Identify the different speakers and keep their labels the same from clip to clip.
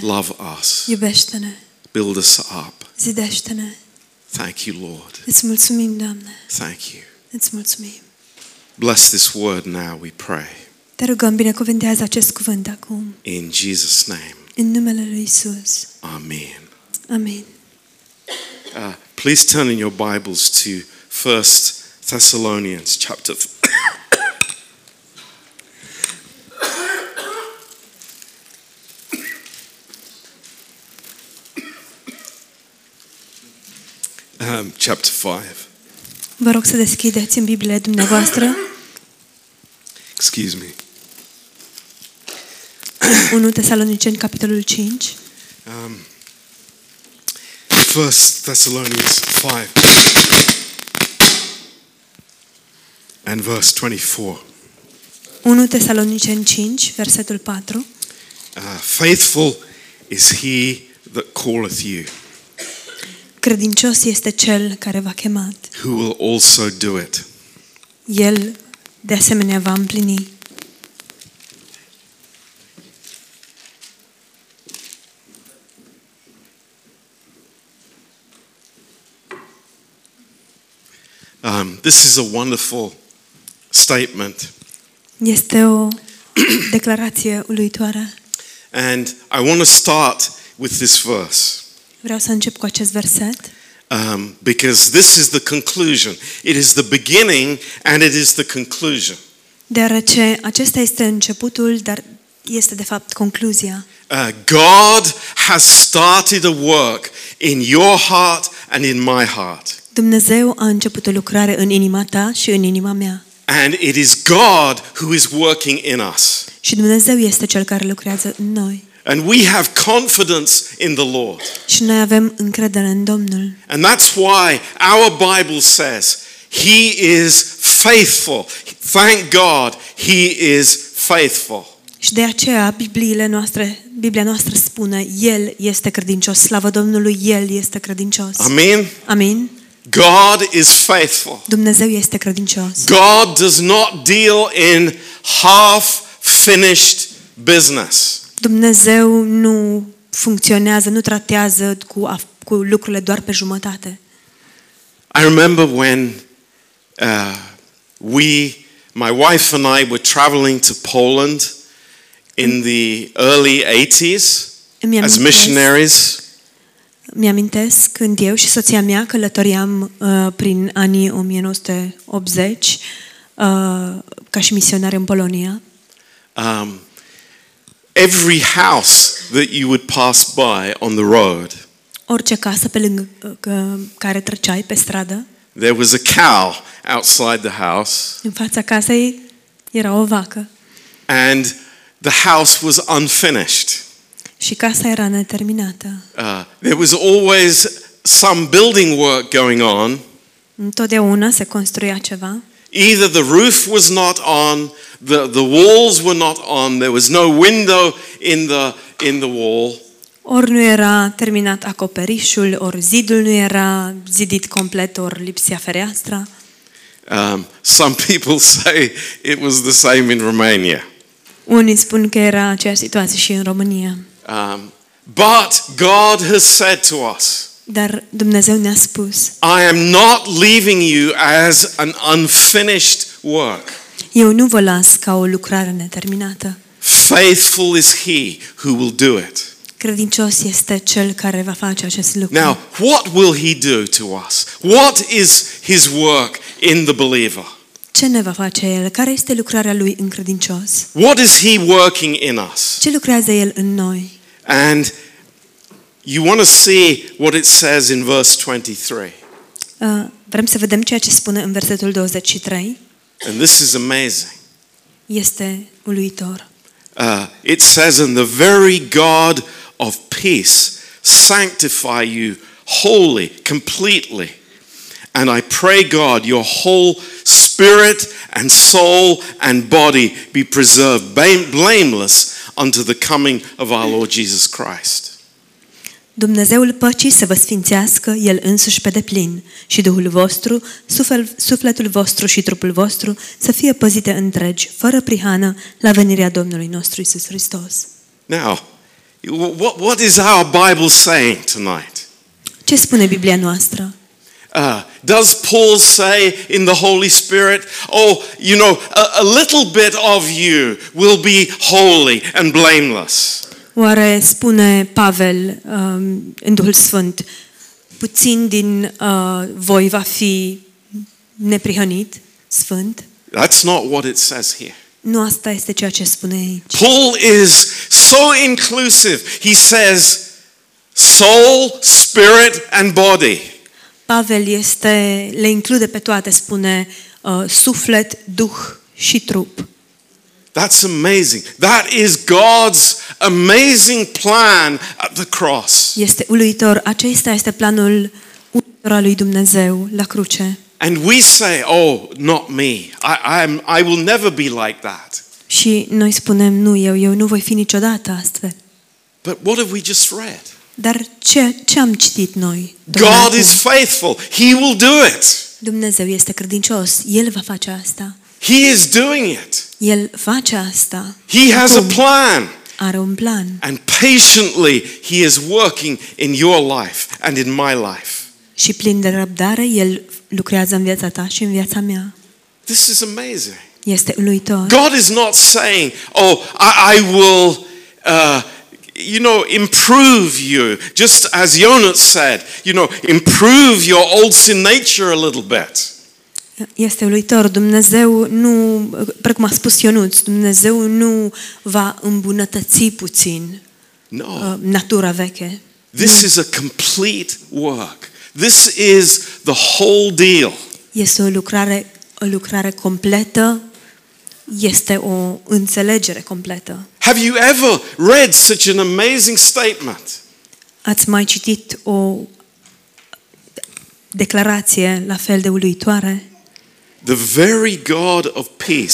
Speaker 1: Love us.
Speaker 2: Iubește-ne.
Speaker 1: Build us up.
Speaker 2: Zidește-ne.
Speaker 1: Thank you, Lord.
Speaker 2: Îți mulțumim, Doamne.
Speaker 1: Thank you.
Speaker 2: Îți mulțumim.
Speaker 1: Bless this word now, we pray.
Speaker 2: Te rugăm, binecuvântează acest cuvânt acum.
Speaker 1: In Jesus' name.
Speaker 2: În numele Lui Isus.
Speaker 1: Amen.
Speaker 2: Amin.
Speaker 1: Uh, please turn in your Bibles to 1 Thessalonians chapter um, chapter 5.
Speaker 2: Vă rog să deschideți în Biblie dumneavoastră
Speaker 1: Excuse me.
Speaker 2: în 1 Tesaloniceni, capitolul 5.
Speaker 1: Um, 1 Thessalonians 5 and verse 24.
Speaker 2: 1 Tesaloniceni 5, versetul 4.
Speaker 1: Uh, faithful is he that calleth you,
Speaker 2: Credincios este cel care v-a chemat.
Speaker 1: who will also do it.
Speaker 2: El, de asemenea, va împlini.
Speaker 1: Um, this is a wonderful statement,
Speaker 2: Este o declarație uluitoare.
Speaker 1: and I want to start with this verse
Speaker 2: Vreau să încep cu acest verset,
Speaker 1: um, because this is the conclusion. It is the beginning, and it is the conclusion.
Speaker 2: deoarece acesta este începutul, dar este de fapt concluzia.
Speaker 1: Uh, God has started a work in your heart and in my heart.
Speaker 2: Dumnezeu a început o lucrare în inima ta și în inima mea.
Speaker 1: And it is God who is working in us.
Speaker 2: Și Dumnezeu este cel care lucrează în noi.
Speaker 1: And we have confidence in the Lord.
Speaker 2: Și noi avem încredere în Domnul.
Speaker 1: And that's why our Bible says, He is faithful. Thank God, He is faithful.
Speaker 2: Și de aceea Bibliile noastre, Biblia noastră spune, El este credincios, slavă Domnului, El este credincios.
Speaker 1: Amen.
Speaker 2: Amin?
Speaker 1: God is faithful.
Speaker 2: Dumnezeu este credincios.
Speaker 1: God does not deal in half finished business.
Speaker 2: Dumnezeu nu funcționează, nu tratează cu, af- cu lucrurile doar pe jumătate.
Speaker 1: I remember when uh, we, my wife and I, were traveling to Poland in the early 80s
Speaker 2: Îmi
Speaker 1: as
Speaker 2: amintesc,
Speaker 1: missionaries.
Speaker 2: mi-amintesc când eu și soția mea călătoriam uh, prin anii 1980 uh, ca și misionari în Polonia.
Speaker 1: um, every house that you would pass by on the road,
Speaker 2: Orice casă pe lângă uh, că- care treceai pe stradă,
Speaker 1: there was a cow outside the house,
Speaker 2: în fața casei era o vacă
Speaker 1: and the house was unfinished.
Speaker 2: și casa era neterminată.
Speaker 1: Uh, there was always some building work going on.
Speaker 2: Întotdeauna se construia ceva,
Speaker 1: Either the roof was not on, the, the walls were not on, there was no window in the, in the wall.
Speaker 2: Ori nu era terminat acoperișul, ori zidul nu era zidit complet, ori lipsea fereastra.
Speaker 1: Um, some people say it was the same in Romania.
Speaker 2: Unii spun că era aceeași situație și în România.
Speaker 1: Um, but God has said to us,
Speaker 2: Dar Dumnezeu ne-a spus,
Speaker 1: I am not leaving you as an unfinished work.
Speaker 2: eu nu vă las ca o lucrare neterminată.
Speaker 1: Faithful is he who will do it.
Speaker 2: Credincios este cel care va face acest lucru.
Speaker 1: Now, what will he do to us? What is his work in the believer?
Speaker 2: Ce ne va face El? Care este lucrarea Lui în credincios?
Speaker 1: What is he working in us?
Speaker 2: Ce lucrează El în noi?
Speaker 1: And you want to see what it says in verse 23.
Speaker 2: Uh, Vrem să vedem ceea ce spune în versetul 23.
Speaker 1: And this is amazing.
Speaker 2: Este uluitor.
Speaker 1: Uh, it says, And the very God of peace sanctify you wholly, completely. And I pray God, your whole spirit and soul and body be preserved ba- blameless unto the coming of our Lord Jesus Christ.
Speaker 2: Dumnezeul păcii să vă sfințească El însuși pe deplin și Duhul vostru, sufel- sufletul vostru și trupul vostru să fie păzite întregi, fără prihană, la venirea Domnului nostru Isus Hristos.
Speaker 1: Now, What, what is our Bible saying tonight?
Speaker 2: Ce spune Biblia noastră?
Speaker 1: Uh, does Paul say in the Holy Spirit, oh, you know, a, a little bit of you will be holy and blameless?
Speaker 2: Oare spune Pavel um, în Duhul Sfânt, puțin din uh, voi va fi neprihănit, sfânt?
Speaker 1: That's not what it says here.
Speaker 2: Nu asta este ceea ce spune aici.
Speaker 1: Paul is so inclusive. He says, soul, spirit, and body.
Speaker 2: Pavel este, le include pe toate, spune uh, suflet, duh și trup.
Speaker 1: That's amazing. That is God's amazing plan at the cross.
Speaker 2: Este uluitor. Acesta este planul uluitor al lui Dumnezeu la cruce.
Speaker 1: And we say, oh, not me. I, I'm, I will never be like that.
Speaker 2: Și noi spunem, nu eu, eu nu voi fi niciodată astfel.
Speaker 1: But what have we just read?
Speaker 2: Dar ce, ce am citit noi? tocmai
Speaker 1: God
Speaker 2: acum?
Speaker 1: is faithful. He will do it.
Speaker 2: Dumnezeu este credincios. El va face asta.
Speaker 1: He is doing it.
Speaker 2: El face asta.
Speaker 1: He has a
Speaker 2: Acum
Speaker 1: plan.
Speaker 2: Are un plan.
Speaker 1: And patiently, He is working in your life and in my life.
Speaker 2: Și plin de răbdare, El lucrează în viața ta și în viața mea.
Speaker 1: This is amazing.
Speaker 2: Este uluitor.
Speaker 1: God is not saying, oh, I, I will, uh, you know, improve you. Just as Jonas said, you know, improve your old sin nature a little bit.
Speaker 2: Este uluitor. Dumnezeu nu, precum a spus Ionuț, Dumnezeu nu va îmbunătăți puțin
Speaker 1: No,
Speaker 2: uh, natura veche.
Speaker 1: this is a complete work. This is the whole deal.
Speaker 2: Este o lucrare, o lucrare completă, este o înțelegere completă.
Speaker 1: Have you ever read such an amazing statement?
Speaker 2: Ați mai citit o declarație la fel de uluitoare?
Speaker 1: The very God of peace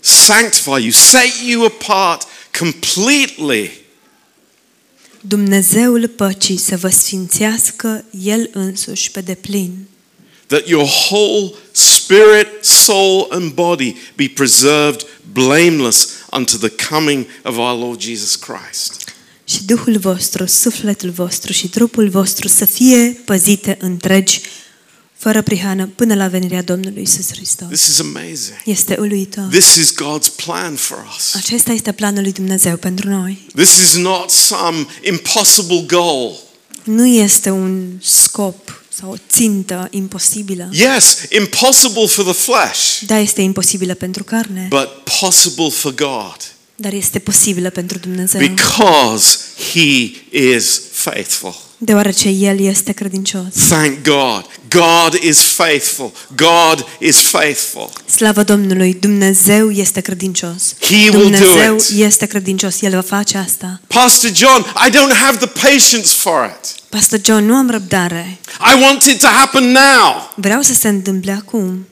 Speaker 1: sanctify you, set you apart completely
Speaker 2: Dumnezeul păcii să vă sfințească El însuși pe deplin,
Speaker 1: that your whole spirit, soul, and body be preserved blameless unto the coming of our Lord Jesus Christ.
Speaker 2: și Duhul vostru, sufletul vostru și trupul vostru să fie păzite întregi, fără prihană, până la venirea Domnului Isus Hristos.
Speaker 1: This is amazing.
Speaker 2: Este uluitor.
Speaker 1: This is God's plan for us.
Speaker 2: Acesta este planul lui Dumnezeu pentru noi.
Speaker 1: This is not some impossible goal.
Speaker 2: Nu este un scop sau o țintă imposibilă,
Speaker 1: Yes, impossible for the flesh,
Speaker 2: dar este imposibilă pentru carne.
Speaker 1: but possible for God
Speaker 2: Dar este posibilă pentru Dumnezeu,
Speaker 1: because He is faithful.
Speaker 2: deoarece El este credincios.
Speaker 1: Thank God. God is faithful. God is faithful.
Speaker 2: Slavă Domnului, Dumnezeu este credincios.
Speaker 1: He will
Speaker 2: Dumnezeu
Speaker 1: do it.
Speaker 2: este credincios, El va face asta.
Speaker 1: Pastor John, I don't have the patience for it.
Speaker 2: Pastor John, nu am răbdare.
Speaker 1: I want it to happen now.
Speaker 2: Vreau să se întâmple acum.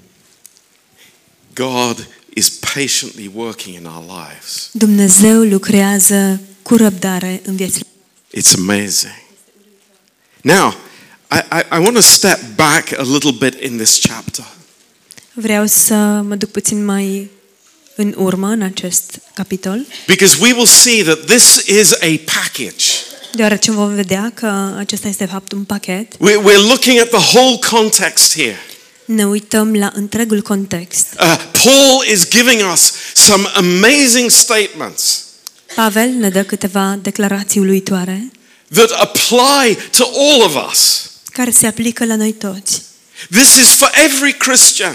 Speaker 1: God is patiently working in our lives.
Speaker 2: Dumnezeu lucrează cu răbdare în viețile.
Speaker 1: It's amazing. Now, I, I, I want to step back a little bit in this chapter.
Speaker 2: Vreau să mă duc puțin mai în urmă în acest capitol,
Speaker 1: Because we will see that this is a package.
Speaker 2: deoarece vom vedea că acesta este de fapt un pachet.
Speaker 1: We're, we're looking at the whole context here.
Speaker 2: Ne uităm la întregul context.
Speaker 1: Uh, Paul is giving us some amazing statements
Speaker 2: Pavel ne dă câteva declarații uluitoare
Speaker 1: that apply to all of us.
Speaker 2: care se aplică la noi toți.
Speaker 1: This is for every Christian.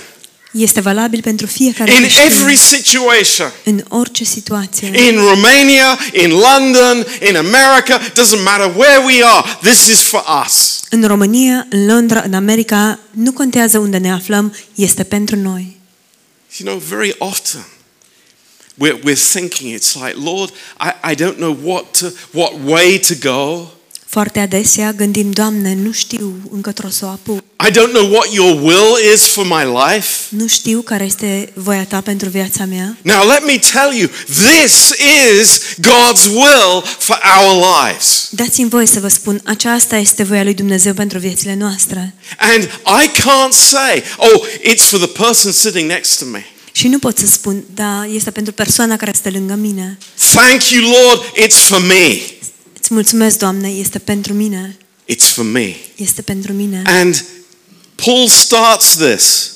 Speaker 2: Este valabil pentru fiecare
Speaker 1: in
Speaker 2: creștin,
Speaker 1: every situation
Speaker 2: în orice situație,
Speaker 1: in Romania, in London, in America, doesn't matter where we are, this is for us.
Speaker 2: în România, în Londra, în America, nu contează unde ne aflăm, este pentru noi.
Speaker 1: You know, very often we're, we're thinking, it's like, Lord, I, I don't know what, to, what way to go.
Speaker 2: Foarte adesea gândim, Doamne, nu știu încotro să o apuc,
Speaker 1: I don't know what your will is for my life.
Speaker 2: nu știu care este voia Ta pentru viața mea.
Speaker 1: Now, let me tell you, this is God's will for our lives.
Speaker 2: Dați-mi voie să vă spun, aceasta este voia lui Dumnezeu pentru viețile noastre.
Speaker 1: And I can't say, oh, it's for the person sitting next to me.
Speaker 2: Și nu pot să spun, da, este pentru persoana care este lângă mine.
Speaker 1: Thank you, Lord, it's for me.
Speaker 2: Îți mulțumesc, Doamne, este pentru mine.
Speaker 1: It's for me.
Speaker 2: Este pentru mine.
Speaker 1: And Paul starts this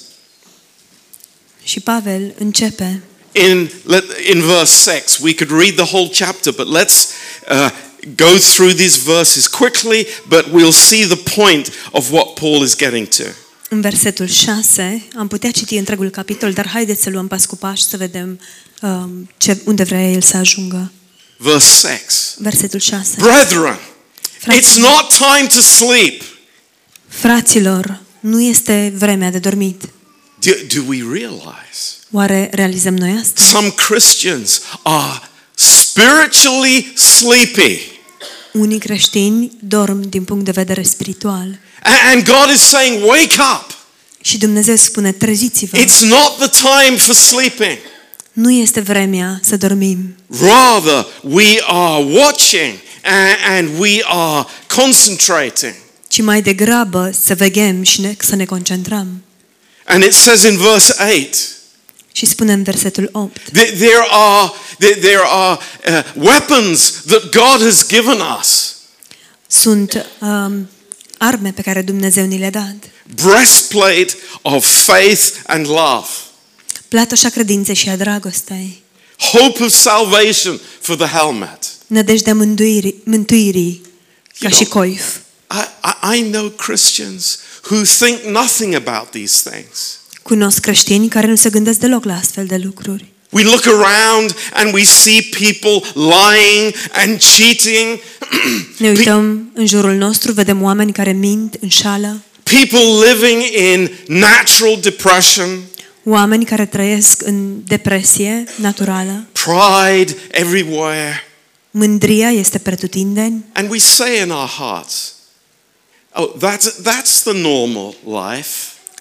Speaker 2: Și Pavel începe.
Speaker 1: in, let, in verse 6. We could read the whole chapter, but let's uh, go through these verses quickly, but we'll see the point of what Paul is getting to.
Speaker 2: În versetul 6 am putea citi întregul capitol, dar haideți să luăm pas cu pas să vedem um, ce, unde vrea el să ajungă.
Speaker 1: Verse 6.
Speaker 2: Versetul 6.
Speaker 1: Brethren, it's
Speaker 2: Fraților.
Speaker 1: not time to sleep.
Speaker 2: Fraților, nu este vremea de dormit.
Speaker 1: Do, do we realize
Speaker 2: Oare realizăm noi asta?
Speaker 1: some Christians are spiritually sleepy?
Speaker 2: Unii creștini dorm din punct de vedere spiritual.
Speaker 1: And and God is saying, wake up.
Speaker 2: Și Dumnezeu spune, treziți-vă.
Speaker 1: It's not the time for sleeping.
Speaker 2: Nu este vremea să dormim.
Speaker 1: Rather, we are watching a- and we are concentrating.
Speaker 2: ci mai degrabă să veghem și ne, să ne concentrăm.
Speaker 1: And it says in verse 8
Speaker 2: Și spune în versetul 8,
Speaker 1: that there are, that there are uh, weapons that God has given us
Speaker 2: sunt um, arme pe care Dumnezeu ni le-a dat.
Speaker 1: breastplate of faith and love,
Speaker 2: Platoșa credinței și a dragostei,
Speaker 1: hope of salvation for the helmet.
Speaker 2: nădejdea mântuirii, mântuirii ca și coif.
Speaker 1: I, I, I know Christians who think nothing about these things.
Speaker 2: Cunosc creștini care nu se gândesc deloc la astfel de lucruri.
Speaker 1: We look around and we see people lying and cheating,
Speaker 2: Ne
Speaker 1: Păi-
Speaker 2: uităm în jurul nostru, vedem oameni care mint, înșală,
Speaker 1: people living in natural depression,
Speaker 2: oameni care trăiesc în depresie naturală.
Speaker 1: pride everywhere.
Speaker 2: Mândria este pretutindeni
Speaker 1: And we say in our hearts, oh, that's, that's the normal life.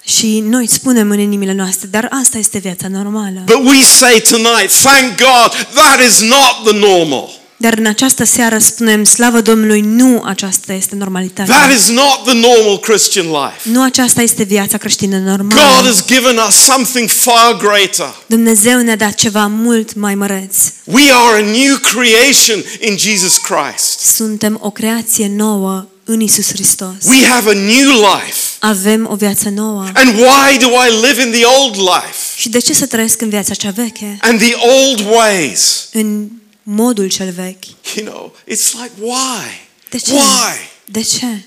Speaker 2: și noi spunem în inimile noastre, dar asta este viața normală.
Speaker 1: But we say tonight, thank God, that is not the normal.
Speaker 2: Dar în această seară spunem, slavă Domnului, nu aceasta este normalitatea.
Speaker 1: That is not the normal Christian life.
Speaker 2: Nu aceasta este viața creștină
Speaker 1: God
Speaker 2: normală.
Speaker 1: has given us something far greater.
Speaker 2: Dumnezeu ne-a dat ceva mult mai măreț.
Speaker 1: We are a new creation in Jesus Christ.
Speaker 2: Suntem o creație nouă în Isus Hristos.
Speaker 1: We have a new life.
Speaker 2: Avem o viață nouă.
Speaker 1: And why do I live in the old life
Speaker 2: Și de ce să trăiesc în viața cea veche?
Speaker 1: and the old ways?
Speaker 2: În modul cel vechi.
Speaker 1: You know, it's like, why?
Speaker 2: De ce?
Speaker 1: Why?
Speaker 2: De ce?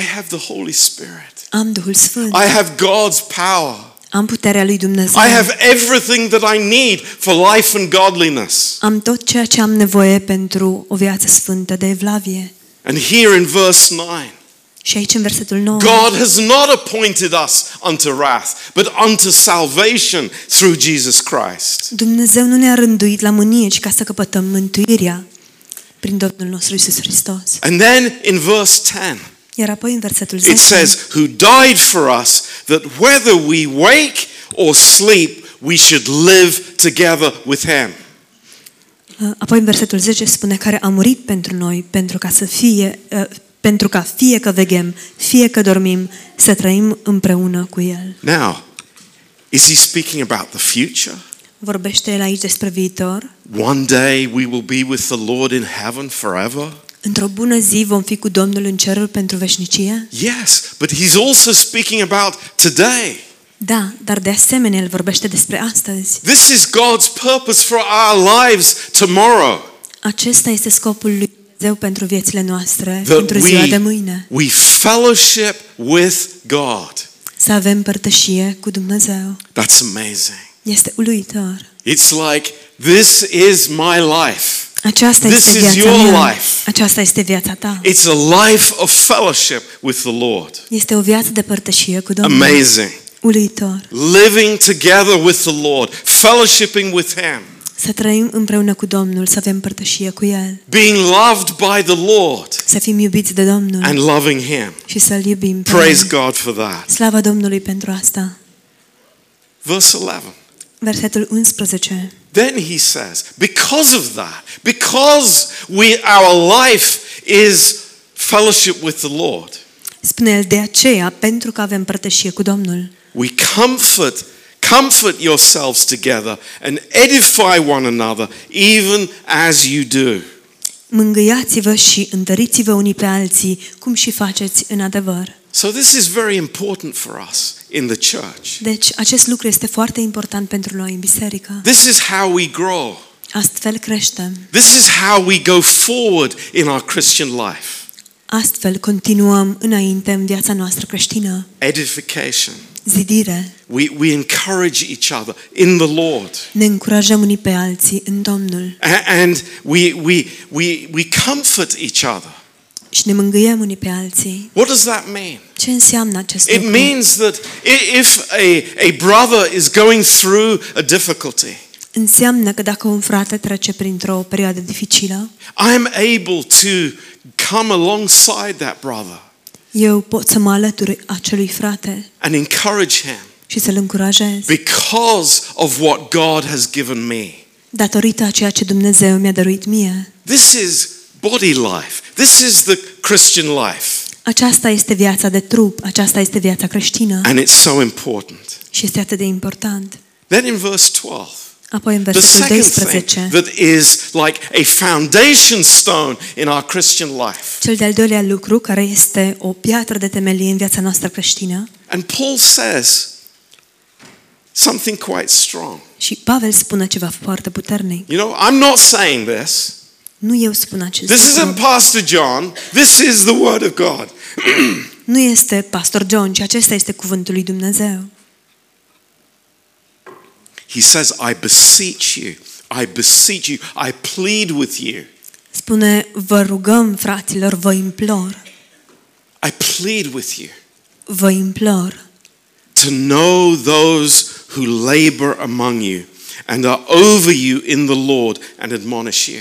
Speaker 1: I have the Holy Spirit.
Speaker 2: Am Duhul Sfânt.
Speaker 1: I have God's power.
Speaker 2: Am puterea lui Dumnezeu.
Speaker 1: I have everything that I need for life and godliness.
Speaker 2: Am tot ceea ce am nevoie pentru o viață sfântă de evlavie.
Speaker 1: And here in verse 9,
Speaker 2: Și aici în versetul 9.
Speaker 1: God has not appointed us unto wrath, but unto salvation through Jesus Christ.
Speaker 2: Dumnezeu nu ne-a rânduit la mânie, ci ca să căpătăm mântuirea prin Domnul nostru Isus Hristos.
Speaker 1: And then in verse 10,
Speaker 2: Iar apoi în versetul 10
Speaker 1: It says, Who died for us, that whether we wake or sleep, we should live together with him.
Speaker 2: Uh, apoi în versetul 10 spune care a murit pentru noi, pentru ca să fie uh, pentru ca fie că veghem, fie că dormim, să trăim împreună cu El.
Speaker 1: Now, is he speaking about the future?
Speaker 2: Vorbește El aici despre viitor.
Speaker 1: One day we will be with the Lord in heaven forever?
Speaker 2: Într-o bună zi vom fi cu Domnul în cerul pentru veșnicie?
Speaker 1: Yes, but he's also speaking about today.
Speaker 2: Da, dar de asemenea El vorbește despre astăzi.
Speaker 1: This is God's purpose for our lives tomorrow.
Speaker 2: Acesta este scopul lui Dumnezeu pentru viețile noastre, pentru ziua de
Speaker 1: That
Speaker 2: mâine.
Speaker 1: we, we fellowship with God.
Speaker 2: Să avem părtășie cu Dumnezeu.
Speaker 1: That's amazing.
Speaker 2: Este uluitor.
Speaker 1: It's like, this is my life.
Speaker 2: Aceasta
Speaker 1: This
Speaker 2: este
Speaker 1: is
Speaker 2: viața
Speaker 1: your
Speaker 2: mea.
Speaker 1: life.
Speaker 2: Aceasta este viața ta.
Speaker 1: It's a life of fellowship with the Lord.
Speaker 2: Este o viață de părtășie cu Domnul.
Speaker 1: Amazing.
Speaker 2: Uluitor.
Speaker 1: Living together with the Lord, fellowshipping with Him,
Speaker 2: Să trăim împreună cu Domnul, să avem părtășie cu El,
Speaker 1: being loved by the Lord
Speaker 2: să fim iubiți de Domnul
Speaker 1: and loving Him.
Speaker 2: și să-L iubim. pe
Speaker 1: Praise
Speaker 2: El.
Speaker 1: God for that.
Speaker 2: Slava Domnului pentru asta.
Speaker 1: Verse 11.
Speaker 2: Versetul 11.
Speaker 1: Then he says, because of that, because we our life is fellowship with the Lord,
Speaker 2: Spune el, de aceea, pentru că avem părtășie cu Domnul,
Speaker 1: we comfort comfort yourselves together and edify one another even as you do.
Speaker 2: Mângâiați-vă și întăriți-vă unii pe alții, cum și faceți în adevăr.
Speaker 1: So, this is very important for us in the church.
Speaker 2: Deci, acest lucru este foarte important pentru noi în biserică.
Speaker 1: This is how we grow.
Speaker 2: Astfel creștem.
Speaker 1: This is how we go forward in our Christian life.
Speaker 2: Astfel continuăm înainte în viața noastră creștină.
Speaker 1: Edification.
Speaker 2: Zidire.
Speaker 1: We, we encourage each other in the Lord.
Speaker 2: Ne încurajăm unii pe alții în Domnul
Speaker 1: A- And we, we, we, we comfort each other.
Speaker 2: și ne mângâiem unii pe alții.
Speaker 1: What does that mean?
Speaker 2: Ce înseamnă acest
Speaker 1: It
Speaker 2: lucru?
Speaker 1: means that i- if a, a brother is going through a difficulty,
Speaker 2: Înseamnă că dacă un frate trece printr-o perioadă dificilă,
Speaker 1: I'm able to come alongside that brother
Speaker 2: eu pot să mă alătur acelui frate
Speaker 1: and encourage him
Speaker 2: și să-l încurajez
Speaker 1: because of what God has given me.
Speaker 2: datorită a ceea ce Dumnezeu mi-a dăruit mie.
Speaker 1: This is body life. This is the Christian life.
Speaker 2: Aceasta este viața de trup, aceasta este viața creștină
Speaker 1: And it's so important.
Speaker 2: și este atât de important.
Speaker 1: Then in verse 12,
Speaker 2: Apoi în
Speaker 1: the
Speaker 2: versetul
Speaker 1: second thing
Speaker 2: 12,
Speaker 1: that is like a foundation stone in our Christian life.
Speaker 2: cel de-al doilea lucru care este o piatră de temelie în viața noastră creștină
Speaker 1: And Paul says something quite strong.
Speaker 2: și Pavel spune ceva foarte puternic.
Speaker 1: You know, I'm not saying this.
Speaker 2: Nu eu spun acest
Speaker 1: This
Speaker 2: lucru.
Speaker 1: isn't Pastor John. This is the Word of God.
Speaker 2: Nu este pastor John, ci acesta este cuvântul lui Dumnezeu.
Speaker 1: He says, I beseech you, I beseech you, I plead with you,
Speaker 2: Spune, vă rugăm, fraților, vă implor,
Speaker 1: I plead with you
Speaker 2: vă implor
Speaker 1: to know those who labor among you and are over you in the Lord and admonish you.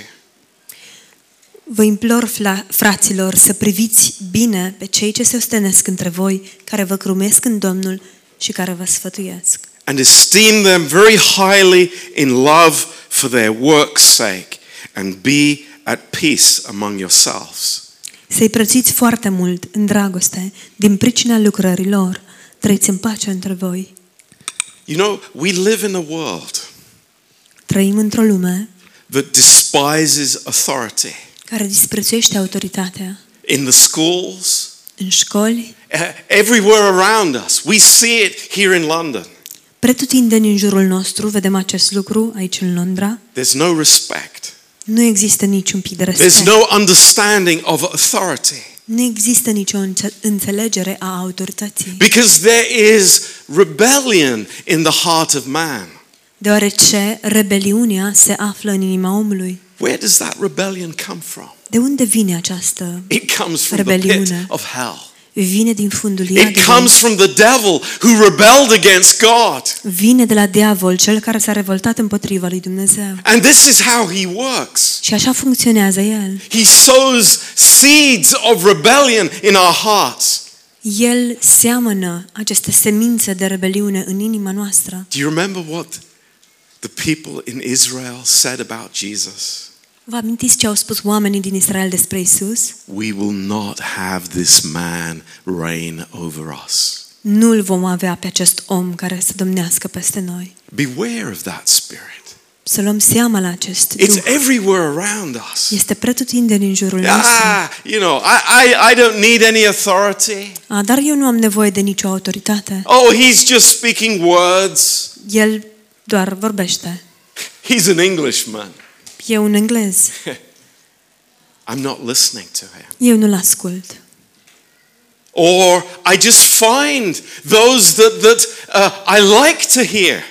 Speaker 2: Vă implor, fla- fraților, să priviți bine pe cei ce se ostenesc între voi, care vă crumesc în Domnul și care vă sfătuiesc.
Speaker 1: and esteem them very highly in love for their work's sake, and be at peace among yourselves.
Speaker 2: Să-i prețuiți foarte mult în dragoste, din pricina lucrărilor. Trăiți în pace între voi.
Speaker 1: You know, we live in a world
Speaker 2: Trăim într-o lume
Speaker 1: that despises authority
Speaker 2: care disprețuiește autoritatea.
Speaker 1: in the schools,
Speaker 2: În școli,
Speaker 1: eh, everywhere around us. We see it here in London.
Speaker 2: pretutindeni în jurul nostru, vedem acest lucru aici în Londra,
Speaker 1: There's no respect,
Speaker 2: nu există niciun pic de
Speaker 1: there's
Speaker 2: respect.
Speaker 1: no understanding of authority
Speaker 2: Nu există nicio înțe- înțelegere a autorității,
Speaker 1: because there is rebellion in the heart of man.
Speaker 2: deoarece rebeliunea se află în inima omului.
Speaker 1: Where does that rebellion come from?
Speaker 2: De unde vine această?
Speaker 1: It comes from the pit
Speaker 2: Rebeliune.
Speaker 1: of hell.
Speaker 2: Vine din fundul
Speaker 1: It
Speaker 2: iadului.
Speaker 1: comes from the devil who rebelled against God.
Speaker 2: Vine de la diavol, cel care s-a revoltat împotriva lui Dumnezeu.
Speaker 1: And this is how he works.
Speaker 2: Și așa funcționează el.
Speaker 1: He sows seeds of rebellion in our hearts.
Speaker 2: El seamănă aceste semințe de rebeliune în inima noastră.
Speaker 1: Do you remember what the people in Israel said about Jesus?
Speaker 2: Vă amintiți ce au spus oamenii din Israel despre Isus?
Speaker 1: We will not have this man reign over us.
Speaker 2: Nu-l vom avea pe acest om care să domnească peste noi.
Speaker 1: Beware of that spirit.
Speaker 2: Să luăm seama la acest
Speaker 1: It's
Speaker 2: duh.
Speaker 1: everywhere around us.
Speaker 2: Este pretutindeni în jurul nostru.
Speaker 1: Ah, you know, I, I, I don't need any authority.
Speaker 2: A, dar eu nu am nevoie de nicio autoritate.
Speaker 1: Oh, he's just speaking words.
Speaker 2: El doar vorbește.
Speaker 1: He's an Englishman.
Speaker 2: E un englez.
Speaker 1: I'm not listening to him.
Speaker 2: Eu nu-l ascult.
Speaker 1: Or I just find those that, that uh, I like to hear.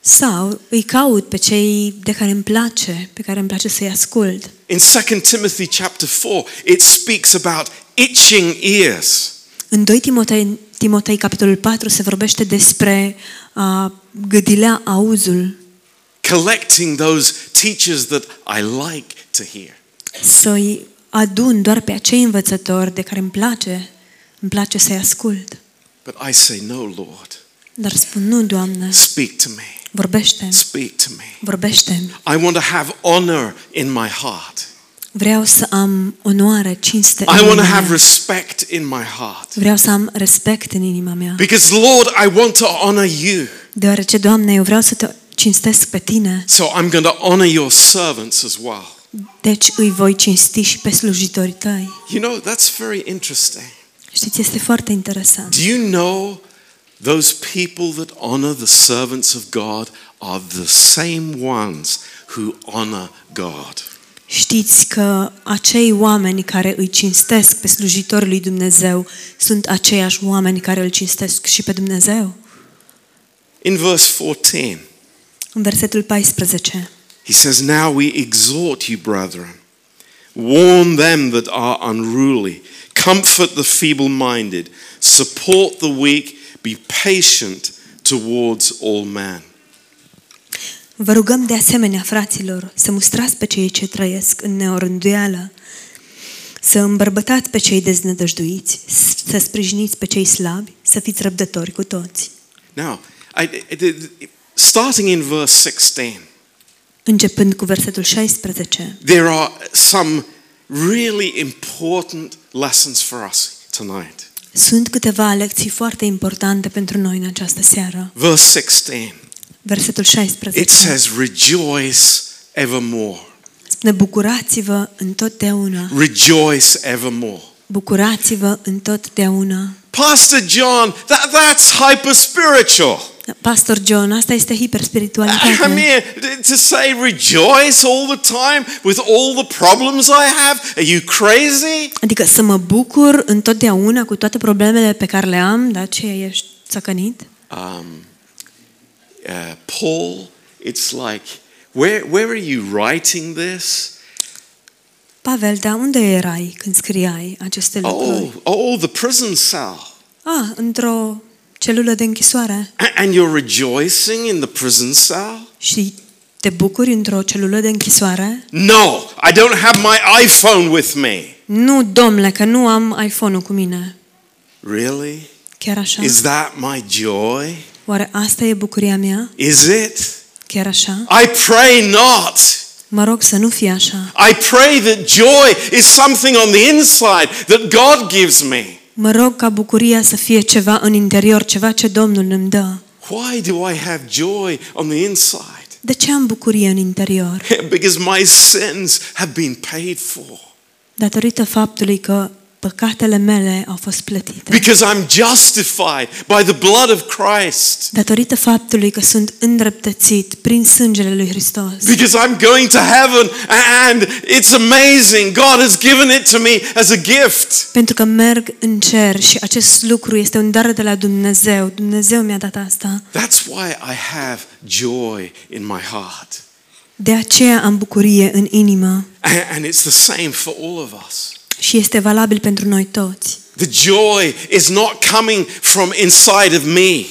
Speaker 2: Sau îi caut pe cei de care îmi place, pe care îmi place să-i ascult.
Speaker 1: In 2 Timothy chapter 4, it speaks about itching ears.
Speaker 2: În 2 Timotei, Timotei capitolul 4 se vorbește despre a gâdilea auzul,
Speaker 1: Collecting those teachers that I like to hear.
Speaker 2: să-i adun doar pe acei învățători de care îmi place, îmi place să-i ascult.
Speaker 1: But I say, No, Lord,
Speaker 2: Dar spun, nu, Doamne,
Speaker 1: speak to me.
Speaker 2: vorbește,
Speaker 1: Speak to me.
Speaker 2: vorbește.
Speaker 1: I want to have honor in my heart.
Speaker 2: Vreau să am onoare, cinste în
Speaker 1: I want to
Speaker 2: inima
Speaker 1: have
Speaker 2: mea.
Speaker 1: respect in my heart.
Speaker 2: Vreau să am respect în inima mea.
Speaker 1: Because, Lord, I want to honor you.
Speaker 2: Deoarece, Doamne, eu vreau să te cinstesc pe Tine,
Speaker 1: So I'm going to honor your servants as well.
Speaker 2: Deci îi voi cinsti și pe slujitorii tăi.
Speaker 1: You know, that's very interesting.
Speaker 2: Știți, este foarte interesant.
Speaker 1: Do you know those people that honor the servants of God are the same ones who honor God?
Speaker 2: Știți că acei oameni care îi cinstesc pe slujitorul lui Dumnezeu sunt aceiași oameni care îl cinstesc și pe Dumnezeu?
Speaker 1: In verse 14,
Speaker 2: În versetul 14.
Speaker 1: he says, Now we exhort you, brethren, warn them that are unruly, comfort the feeble minded, support the weak, be patient towards all men.
Speaker 2: Vă rugăm de asemenea, fraților, să mustrați pe cei ce trăiesc în neorânduială, să îmbărbătați pe cei deznădăjduiți, s- să sprijiniți pe cei slabi, să fiți răbdători cu toți.
Speaker 1: Now, I, I- I- starting in verse 16,
Speaker 2: Începând cu versetul 16,
Speaker 1: there are some really important lessons for us tonight.
Speaker 2: sunt câteva lecții foarte importante pentru noi în această seară.
Speaker 1: Verse 16,
Speaker 2: Versetul
Speaker 1: it
Speaker 2: 16
Speaker 1: says, Rejoice evermore.
Speaker 2: spune, bucurați-vă întotdeauna,
Speaker 1: Rejoice evermore.
Speaker 2: bucurați-vă întotdeauna.
Speaker 1: Pastor John, that, that's hyper spiritual.
Speaker 2: Pastor John, asta este
Speaker 1: I
Speaker 2: hiperspiritualitate.
Speaker 1: mean, to say rejoice all the time with all the problems I have, are you crazy?
Speaker 2: Adică să mă bucur întotdeauna cu toate problemele pe care le am, da? Ce ești țăcănit?
Speaker 1: Um, uh, Paul, it's like, where, where are you writing this?
Speaker 2: Pavel, dar unde erai când scriai aceste lucruri?
Speaker 1: Oh, oh, the prison cell.
Speaker 2: Ah, într-o celulă de închisoare.
Speaker 1: A- And you're rejoicing in the prison cell?
Speaker 2: Și te bucuri într-o celulă de închisoare?
Speaker 1: No, I don't have my iPhone with me.
Speaker 2: Nu, domnule, că nu am iPhone-ul cu mine.
Speaker 1: Really?
Speaker 2: Chiar așa?
Speaker 1: Is that my joy?
Speaker 2: Oare asta e bucuria mea?
Speaker 1: Is it?
Speaker 2: Chiar așa?
Speaker 1: I pray not.
Speaker 2: Mă rog să nu fie așa.
Speaker 1: I pray that joy is something on the inside that God gives me.
Speaker 2: Mă rog ca bucuria să fie ceva în interior, ceva ce Domnul îmi dă.
Speaker 1: Why do I have joy on the inside?
Speaker 2: De ce am bucurie în interior?
Speaker 1: Because my sins have been paid for.
Speaker 2: datorită faptului că păcatele mele au fost plătite,
Speaker 1: Because I'm justified by the blood of Christ.
Speaker 2: datorită faptului că sunt îndreptățit prin sângele lui Hristos,
Speaker 1: Because I'm going to heaven and it's amazing. God has given it to me as a gift.
Speaker 2: pentru că merg în cer și acest lucru este un dar de la Dumnezeu. Dumnezeu mi-a dat asta.
Speaker 1: That's why I have joy in my heart.
Speaker 2: De aceea am bucurie în inimă
Speaker 1: And and it's the same for all of us.
Speaker 2: și este valabil pentru noi toți.
Speaker 1: The joy is not coming from inside of me.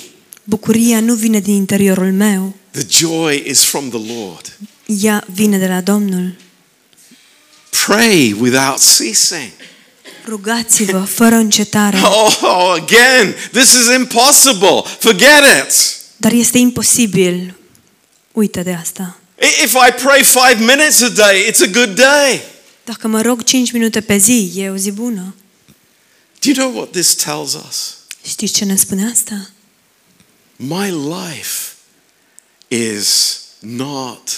Speaker 2: Bucuria nu vine din interiorul meu,
Speaker 1: The joy is from the Lord.
Speaker 2: ea vine de la Domnul.
Speaker 1: Pray without ceasing.
Speaker 2: Rugați-vă fără încetare,
Speaker 1: Oh, again, this is impossible. Forget it.
Speaker 2: dar este imposibil. Uite de asta.
Speaker 1: I- If I pray five minutes a day, it's a good day.
Speaker 2: Dacă mă rog 5 minute pe zi, e o zi bună.
Speaker 1: Do you know what this tells us?
Speaker 2: Știți ce ne spune asta?
Speaker 1: My life is not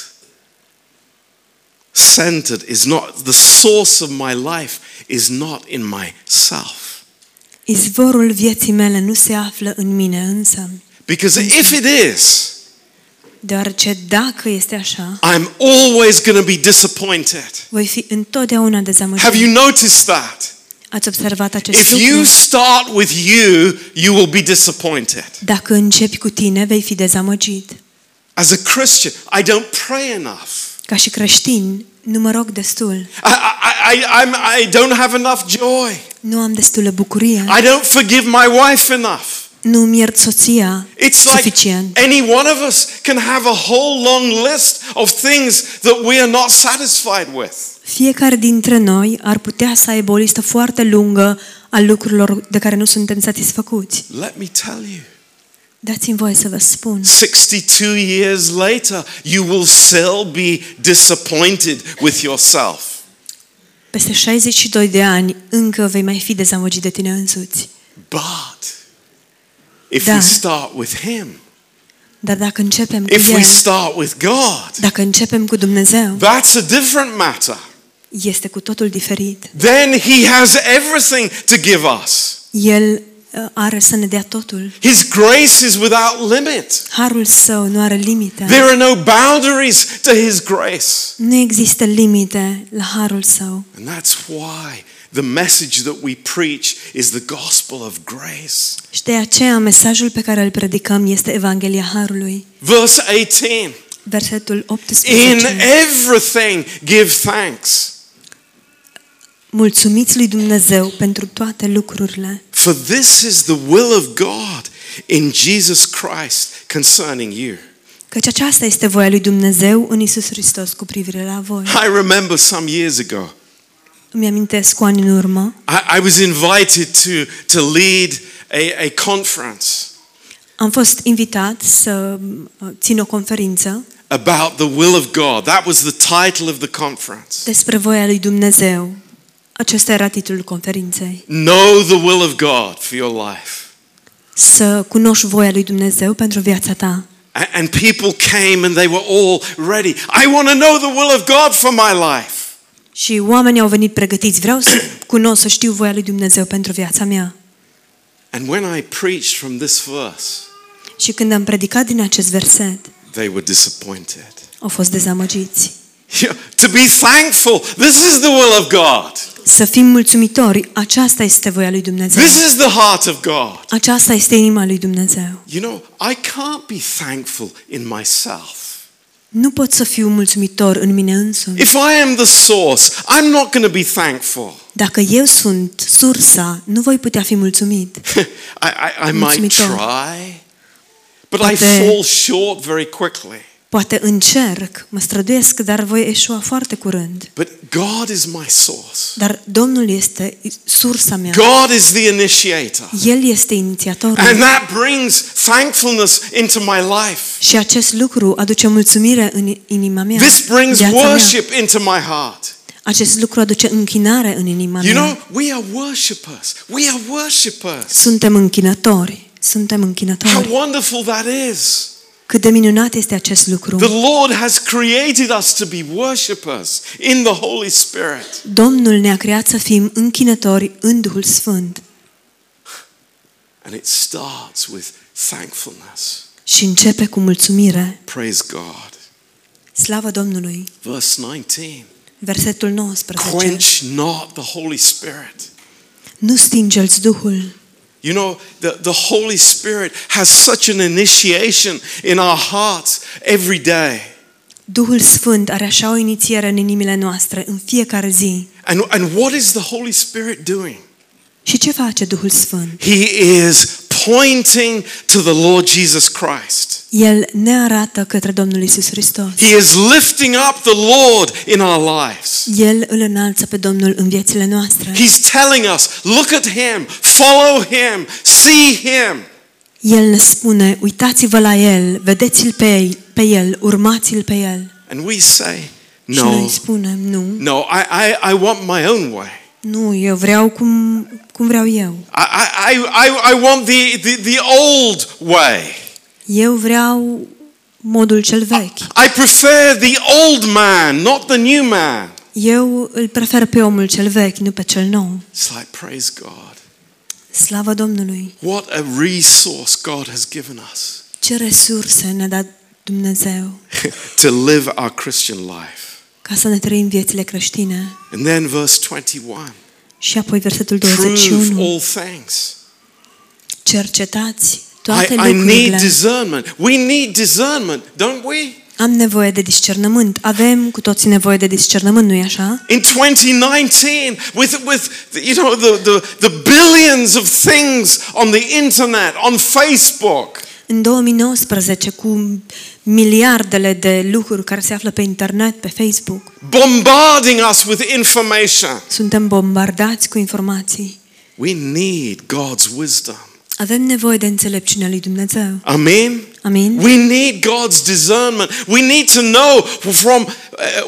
Speaker 1: centered, is not the source of my life, is not in myself.
Speaker 2: Izvorul vieții mele nu se află în mine însă,
Speaker 1: Because if it is,
Speaker 2: deoarece dacă este așa,
Speaker 1: I'm always going to be disappointed.
Speaker 2: voi fi întotdeauna
Speaker 1: Have you
Speaker 2: dezamăgit.
Speaker 1: noticed that?
Speaker 2: Ați observat acest
Speaker 1: If you
Speaker 2: lucru?
Speaker 1: start with you, you will be disappointed.
Speaker 2: Dacă începi cu tine, vei fi dezamăgit.
Speaker 1: As a Christian, I don't pray enough.
Speaker 2: Ca și creștin, nu mă rog destul.
Speaker 1: I, I, I, I'm, I don't have enough joy.
Speaker 2: Nu am destulă bucurie.
Speaker 1: I don't forgive my wife enough.
Speaker 2: Nu îmi iert soția
Speaker 1: It's like
Speaker 2: suficient.
Speaker 1: any one of us can have a whole long list of things that we are not satisfied with.
Speaker 2: Fiecare dintre noi ar putea să aibă o listă foarte lungă a lucrurilor de care nu suntem satisfăcuți.
Speaker 1: Let me tell you.
Speaker 2: Dați-mi voie să vă spun.
Speaker 1: 62 years later, you will still be disappointed with yourself.
Speaker 2: Peste 62 de ani încă vei mai fi dezamăgit de tine însuți.
Speaker 1: But if
Speaker 2: Da.
Speaker 1: we start with Him,
Speaker 2: Dar dacă începem cu
Speaker 1: If we
Speaker 2: El,
Speaker 1: start with God,
Speaker 2: dacă începem cu Dumnezeu,
Speaker 1: that's a different matter.
Speaker 2: este cu totul diferit.
Speaker 1: Then He has everything to give us.
Speaker 2: El uh, are să ne dea totul.
Speaker 1: His grace is without limit.
Speaker 2: Harul său nu are limite.
Speaker 1: There are no boundaries to His grace.
Speaker 2: Nu există limite la harul său.
Speaker 1: And that's why the message that we preach is the gospel of grace.
Speaker 2: Și de aceea mesajul pe care îl predicăm este Evanghelia Harului.
Speaker 1: Verse 18
Speaker 2: Versetul
Speaker 1: In
Speaker 2: 18.
Speaker 1: everything give thanks,
Speaker 2: Mulțumiți lui Dumnezeu pentru toate lucrurile,
Speaker 1: for this is the will of God in Jesus Christ concerning you.
Speaker 2: căci aceasta este voia lui Dumnezeu în Isus Hristos cu privire la voi.
Speaker 1: I remember some years ago,
Speaker 2: Îmi amintesc cu ani în urmă,
Speaker 1: I, I was invited to, to lead a, a conference
Speaker 2: am fost invitat să uh, țin o conferință
Speaker 1: about the will of God. That was the title of the conference.
Speaker 2: despre voia lui Dumnezeu. Acesta era titlul conferinței.
Speaker 1: Know the will of God for your life.
Speaker 2: Să cunoști voia lui Dumnezeu pentru viața ta.
Speaker 1: A- And people came and they were all ready. I want to know the will of God for my life.
Speaker 2: Și oamenii au venit pregătiți. Vreau să cunosc, să știu voia lui Dumnezeu pentru viața mea.
Speaker 1: And when I preached from this verse,
Speaker 2: Și când am predicat din acest verset,
Speaker 1: they were disappointed.
Speaker 2: au fost dezamăgiți.
Speaker 1: Yeah, to be thankful, this is the will of God.
Speaker 2: Să fim mulțumitori, aceasta este voia lui Dumnezeu.
Speaker 1: This is the heart of God.
Speaker 2: Aceasta este inima lui Dumnezeu.
Speaker 1: You know, I can't be thankful in myself.
Speaker 2: Nu pot să fiu mulțumitor în mine însumi.
Speaker 1: If I am the source, I'm not going to be thankful.
Speaker 2: Dacă eu sunt sursa, nu voi putea fi mulțumit.
Speaker 1: I, I, I might
Speaker 2: Mulțumitor.
Speaker 1: try, but I
Speaker 2: Poate-
Speaker 1: fall short very quickly.
Speaker 2: Poate încerc, mă străduiesc, dar voi eșua foarte curând.
Speaker 1: But God is my source.
Speaker 2: Dar Domnul este sursa mea.
Speaker 1: God is the initiator.
Speaker 2: El este inițiatorul.
Speaker 1: And that brings thankfulness into my life.
Speaker 2: Și acest lucru aduce mulțumire în inima mea.
Speaker 1: This brings
Speaker 2: viața mea.
Speaker 1: worship into my heart.
Speaker 2: Acest lucru aduce închinare în inima
Speaker 1: You
Speaker 2: mea.
Speaker 1: know, we are worshippers. We are worshippers.
Speaker 2: Suntem închinători. Suntem închinători.
Speaker 1: How wonderful that is.
Speaker 2: Cât de minunat este acest lucru.
Speaker 1: The Lord has created us to be worshippers in the Holy Spirit.
Speaker 2: Domnul ne-a creat să fim închinători în Duhul Sfânt.
Speaker 1: And it starts with thankfulness.
Speaker 2: Și începe cu mulțumire.
Speaker 1: Praise God.
Speaker 2: Slavă Domnului!
Speaker 1: Verse 19
Speaker 2: Versetul 19.
Speaker 1: Quench not the Holy Spirit.
Speaker 2: Nu stingeți Duhul.
Speaker 1: You know, the, the Holy Spirit has such an initiation in our hearts every day.
Speaker 2: Duhul Sfânt are așa o inițiere în inimile noastre, în fiecare zi.
Speaker 1: And, and what is the Holy Spirit doing?
Speaker 2: Și ce face Duhul Sfânt?
Speaker 1: He is pointing to the Lord Jesus Christ.
Speaker 2: El ne arată către Domnul Isus Hristos.
Speaker 1: He is lifting up the Lord in our lives.
Speaker 2: El îl înalță pe Domnul în viețile noastre.
Speaker 1: He's telling us, look at him, follow him, see him.
Speaker 2: El ne spune, uitați-vă la El, vedeți-L pe, ei, pe El, urmați-L pe El.
Speaker 1: And we say,
Speaker 2: Și noi
Speaker 1: no,
Speaker 2: spunem, nu,
Speaker 1: no, I, I, I want my own way.
Speaker 2: nu, eu vreau cum, cum vreau eu.
Speaker 1: I, I, I, I want the, the, the old way.
Speaker 2: Eu vreau modul cel vechi.
Speaker 1: I prefer the old man, not the new man.
Speaker 2: Eu îl prefer pe omul cel vechi, nu pe cel nou.
Speaker 1: It's like, praise God.
Speaker 2: Slavă Domnului!
Speaker 1: What a resource God has given us.
Speaker 2: Ce resurse ne-a dat Dumnezeu
Speaker 1: to live our Christian life.
Speaker 2: ca să ne trăim viețile creștine.
Speaker 1: And then verse 21
Speaker 2: Și apoi versetul
Speaker 1: prove
Speaker 2: 21.
Speaker 1: all things.
Speaker 2: Cercetați
Speaker 1: I,
Speaker 2: toate
Speaker 1: I need
Speaker 2: lucrurile.
Speaker 1: discernment. We need discernment, don't we?
Speaker 2: Am nevoie de discernământ. Avem cu toții nevoie de discernământ, nu-i așa?
Speaker 1: In 2019, with, with you know, the, the, the billions of things on the internet, on Facebook,
Speaker 2: În 2019, cu miliardele de lucruri care se află pe internet, pe Facebook,
Speaker 1: bombarding us with information,
Speaker 2: suntem bombardați cu informații.
Speaker 1: we need God's wisdom.
Speaker 2: Avem nevoie de înțelepciunea lui Dumnezeu.
Speaker 1: Amen?
Speaker 2: Amin?
Speaker 1: We need God's discernment. We need to know from uh,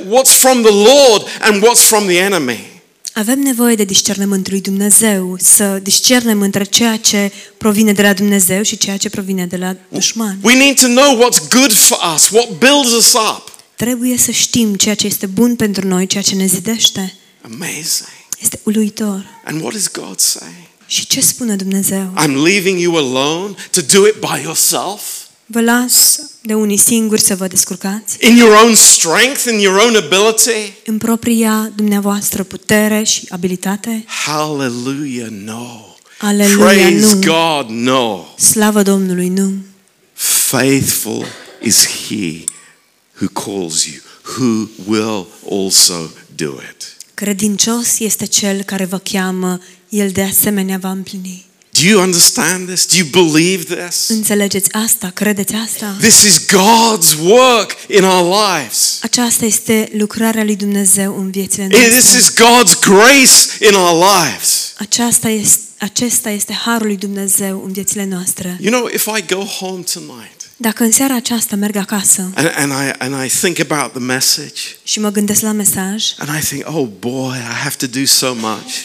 Speaker 1: what's from the Lord and what's from the enemy.
Speaker 2: Avem nevoie de discernământul lui Dumnezeu, să discernem între ceea ce provine de la Dumnezeu și ceea ce provine de la dușman.
Speaker 1: We need to know what's good for us, what builds us up.
Speaker 2: Trebuie să știm ceea ce este bun pentru noi, ceea ce ne zidește.
Speaker 1: Amazing.
Speaker 2: Este uluitor.
Speaker 1: And what does God say?
Speaker 2: Și ce spune Dumnezeu?
Speaker 1: I'm leaving you alone to do it by yourself,
Speaker 2: Vă las de unii singuri să vă descurcați
Speaker 1: in your own strength, in your own ability.
Speaker 2: în propria dumneavoastră putere și abilitate?
Speaker 1: Hallelujah, no.
Speaker 2: Aleluia,
Speaker 1: Praise
Speaker 2: nu.
Speaker 1: God, no.
Speaker 2: Slavă Domnului, nu!
Speaker 1: Faithful is he who calls you, who will also do it.
Speaker 2: Credincios este cel care vă cheamă, el de asemenea va împlini.
Speaker 1: Do you understand this? Do you believe
Speaker 2: Mm.
Speaker 1: this?
Speaker 2: Înțelegeți asta? Credeți asta?
Speaker 1: This is God's work in our lives.
Speaker 2: Aceasta este lucrarea lui Dumnezeu în viețile
Speaker 1: It- This
Speaker 2: noastre.
Speaker 1: is God's grace in our lives.
Speaker 2: Aceasta este, acesta este harul lui Dumnezeu în viețile noastre.
Speaker 1: You know, if I go home tonight
Speaker 2: Dacă în seara aceasta merg acasă
Speaker 1: and, and, I, and I think about the message
Speaker 2: și mă gândesc la mesaj
Speaker 1: and I think, oh boy, I have to do so much to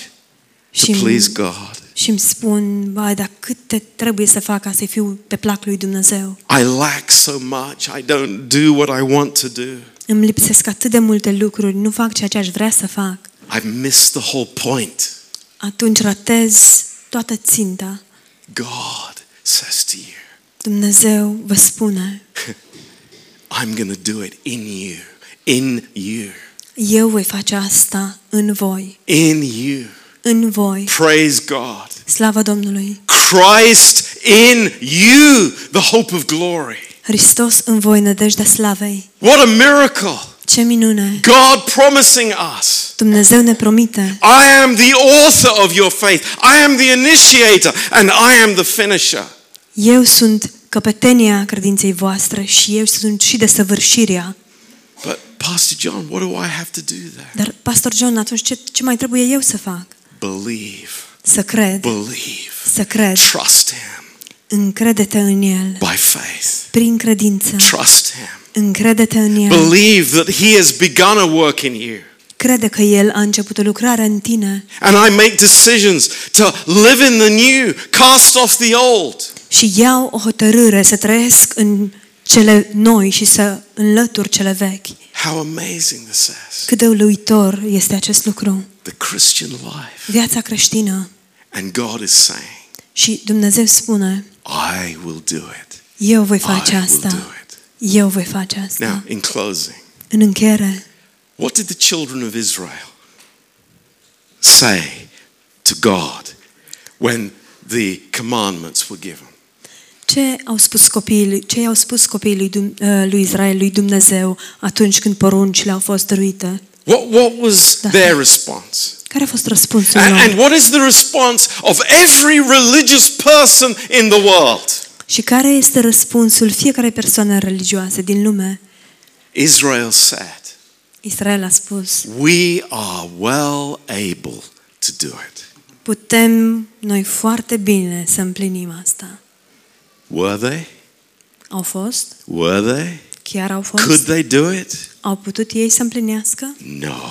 Speaker 2: și
Speaker 1: please God.
Speaker 2: și îmi spun, bai, dar câte trebuie să fac ca să fiu pe plac lui Dumnezeu?
Speaker 1: I lack so much. I don't do what I want to do.
Speaker 2: Îmi lipsesc atât de multe lucruri, nu fac ceea ce aș vrea să fac.
Speaker 1: I've missed the whole point.
Speaker 2: Atunci ratez toată ținta.
Speaker 1: God says to you,
Speaker 2: Dumnezeu vă spune,
Speaker 1: I'm going to do it in you, in you,
Speaker 2: eu voi face asta în voi,
Speaker 1: in you.
Speaker 2: în voi.
Speaker 1: Praise God.
Speaker 2: Slavă Domnului!
Speaker 1: Christ in you, the hope of glory.
Speaker 2: Hristos în voi, nădejdea slavei.
Speaker 1: What a miracle.
Speaker 2: Ce minune!
Speaker 1: God promising us.
Speaker 2: Dumnezeu ne promite.
Speaker 1: I am the author of your faith. I am the initiator and I am the finisher.
Speaker 2: Eu sunt căpetenia credinței voastre și eu sunt și desăvârșirea.
Speaker 1: But Pastor John, what do I have to do there?
Speaker 2: Dar, Pastor John, atunci ce, ce mai trebuie eu să fac?
Speaker 1: Believe.
Speaker 2: Să cred,
Speaker 1: Believe.
Speaker 2: să cred.
Speaker 1: Trust him
Speaker 2: Încredete în El.
Speaker 1: by faith.
Speaker 2: Prin credință.
Speaker 1: Trust him.
Speaker 2: Încredete în El.
Speaker 1: Believe that he has begun a work in you.
Speaker 2: Crede că El a început o lucrare în tine
Speaker 1: And I make decisions to live in the new, cast off the old.
Speaker 2: și iau o hotărâre să trăiesc în cele noi și să înlătur cele vechi.
Speaker 1: How amazing this is.
Speaker 2: Cât de uluitor este acest lucru.
Speaker 1: The Christian life.
Speaker 2: Viața creștină.
Speaker 1: And God is saying,
Speaker 2: Și Dumnezeu spune,
Speaker 1: I will do it.
Speaker 2: eu voi face
Speaker 1: I will do
Speaker 2: asta.
Speaker 1: it.
Speaker 2: Eu voi face asta.
Speaker 1: Now, in closing,
Speaker 2: În încheiere,
Speaker 1: what did the children of Israel say to God when the commandments were given?
Speaker 2: ce au spus copiii lui, ce i-au spus copiii lui, Dum- eh, lui Israel, lui Dumnezeu, atunci când poruncile au fost dăruite?
Speaker 1: What, what was
Speaker 2: Da.
Speaker 1: their response?
Speaker 2: Care a fost răspunsul
Speaker 1: And,
Speaker 2: lor?
Speaker 1: and what is the response of every religious person in the world?
Speaker 2: Și care este răspunsul fiecarei persoane religioase din lume?
Speaker 1: Israel said,
Speaker 2: Israel a spus,
Speaker 1: We are well able to do it.
Speaker 2: putem noi foarte bine să împlinim asta.
Speaker 1: Were they?
Speaker 2: Au fost?
Speaker 1: Were they?
Speaker 2: Chiar au fost?
Speaker 1: Could they do it?
Speaker 2: Au putut ei să împlinească?
Speaker 1: No,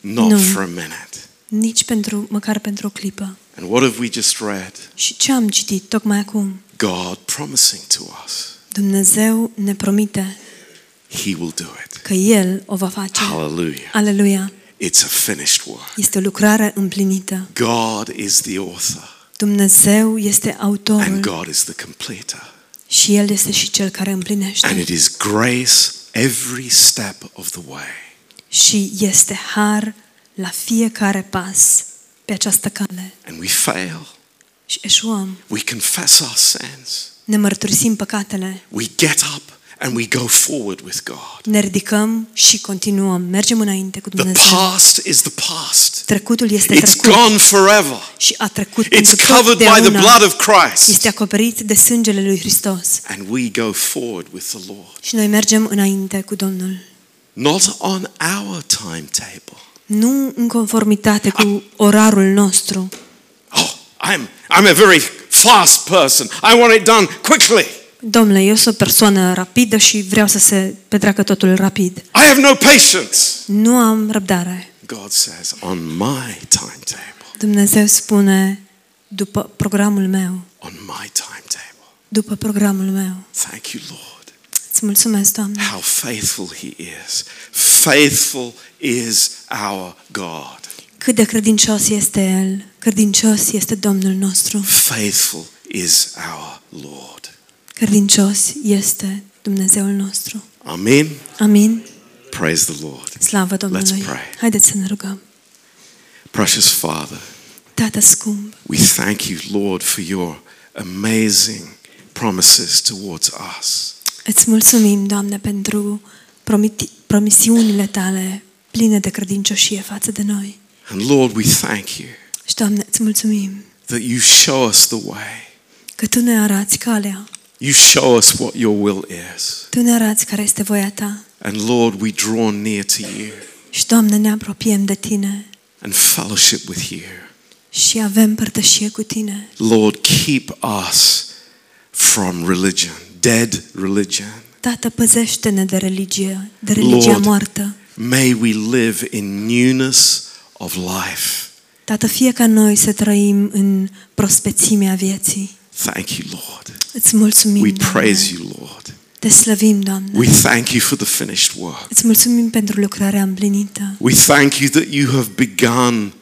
Speaker 1: not
Speaker 2: No.
Speaker 1: for a minute.
Speaker 2: Nici pentru, măcar pentru o clipă.
Speaker 1: And what have we just read?
Speaker 2: Și ce am citit tocmai acum?
Speaker 1: God promising to us,
Speaker 2: Dumnezeu ne promite
Speaker 1: He will do it.
Speaker 2: că El o va face.
Speaker 1: Hallelujah.
Speaker 2: Aleluia!
Speaker 1: It's a finished work.
Speaker 2: Este o lucrare împlinită.
Speaker 1: God is the author
Speaker 2: Dumnezeu este
Speaker 1: and
Speaker 2: autorul
Speaker 1: God is the completer.
Speaker 2: și El este și Cel care
Speaker 1: And
Speaker 2: împlinește.
Speaker 1: it is grace every step of the way.
Speaker 2: Și este har la fiecare pas pe această cale.
Speaker 1: And we fail.
Speaker 2: Și eșuăm,
Speaker 1: We confess our sins.
Speaker 2: ne mărturisim păcatele,
Speaker 1: We get up and we go forward with God.
Speaker 2: ne ridicăm și continuăm, mergem înainte cu
Speaker 1: The
Speaker 2: Dumnezeu.
Speaker 1: past is the past.
Speaker 2: Trecutul este
Speaker 1: It's
Speaker 2: trecut
Speaker 1: gone forever.
Speaker 2: și a trecut
Speaker 1: It's
Speaker 2: pentru
Speaker 1: covered by the
Speaker 2: totdeauna.
Speaker 1: blood of Christ.
Speaker 2: Este acoperit de sângele lui Hristos
Speaker 1: And we go forward with the Lord.
Speaker 2: și noi mergem înainte cu Domnul.
Speaker 1: Not on our timetable.
Speaker 2: Nu în conformitate cu orarul nostru.
Speaker 1: Oh, I'm, I'm a very fast person. I want it done quickly.
Speaker 2: Domnule, eu sunt o persoană rapidă și vreau să se petreacă totul rapid.
Speaker 1: I have no patience.
Speaker 2: Nu am răbdare.
Speaker 1: God says, on my timetable,
Speaker 2: Dumnezeu spune, după programul meu,
Speaker 1: on my timetable.
Speaker 2: după programul meu.
Speaker 1: Thank you, Lord.
Speaker 2: Îți mulțumesc, Doamne,
Speaker 1: How faithful He is. Faithful is our God.
Speaker 2: cât de credincios este El, credincios este Domnul nostru,
Speaker 1: Faithful is our Lord.
Speaker 2: credincios este Dumnezeul nostru.
Speaker 1: Amen.
Speaker 2: Amin.
Speaker 1: Praise the Lord.
Speaker 2: Slavă Domnului.
Speaker 1: Let's pray.
Speaker 2: Haideți să ne rugăm.
Speaker 1: Precious Father,
Speaker 2: Tată scump,
Speaker 1: we thank you, Lord, for your amazing promises towards us.
Speaker 2: îți mulțumim, Doamne, pentru promiti- promisiunile tale pline de credincioșie față de noi.
Speaker 1: And Lord, we thank you
Speaker 2: Și, Doamne, îți mulțumim
Speaker 1: that you show us the way.
Speaker 2: că Tu ne arăți calea,
Speaker 1: You show us what your will is.
Speaker 2: Tu ne arăți care este voia Ta.
Speaker 1: And Lord, we draw near to you
Speaker 2: Și, Doamne, ne apropiem de Tine
Speaker 1: and fellowship with you.
Speaker 2: și avem părtășie cu Tine.
Speaker 1: Lord, keep us from religion, dead religion.
Speaker 2: Tată, păzește-ne de religie, de religia
Speaker 1: Lord.
Speaker 2: moartă.
Speaker 1: May we live in newness of life.
Speaker 2: Tată, fie ca noi să trăim în prospețimea vieții.
Speaker 1: Thank you, Lord.
Speaker 2: Îți mulțumim,
Speaker 1: We
Speaker 2: Doamne.
Speaker 1: praise you, Lord.
Speaker 2: Te slăvim, Doamne.
Speaker 1: We thank you for the finished work.
Speaker 2: Îți mulțumim pentru lucrarea împlinită.
Speaker 1: We thank you that you have begun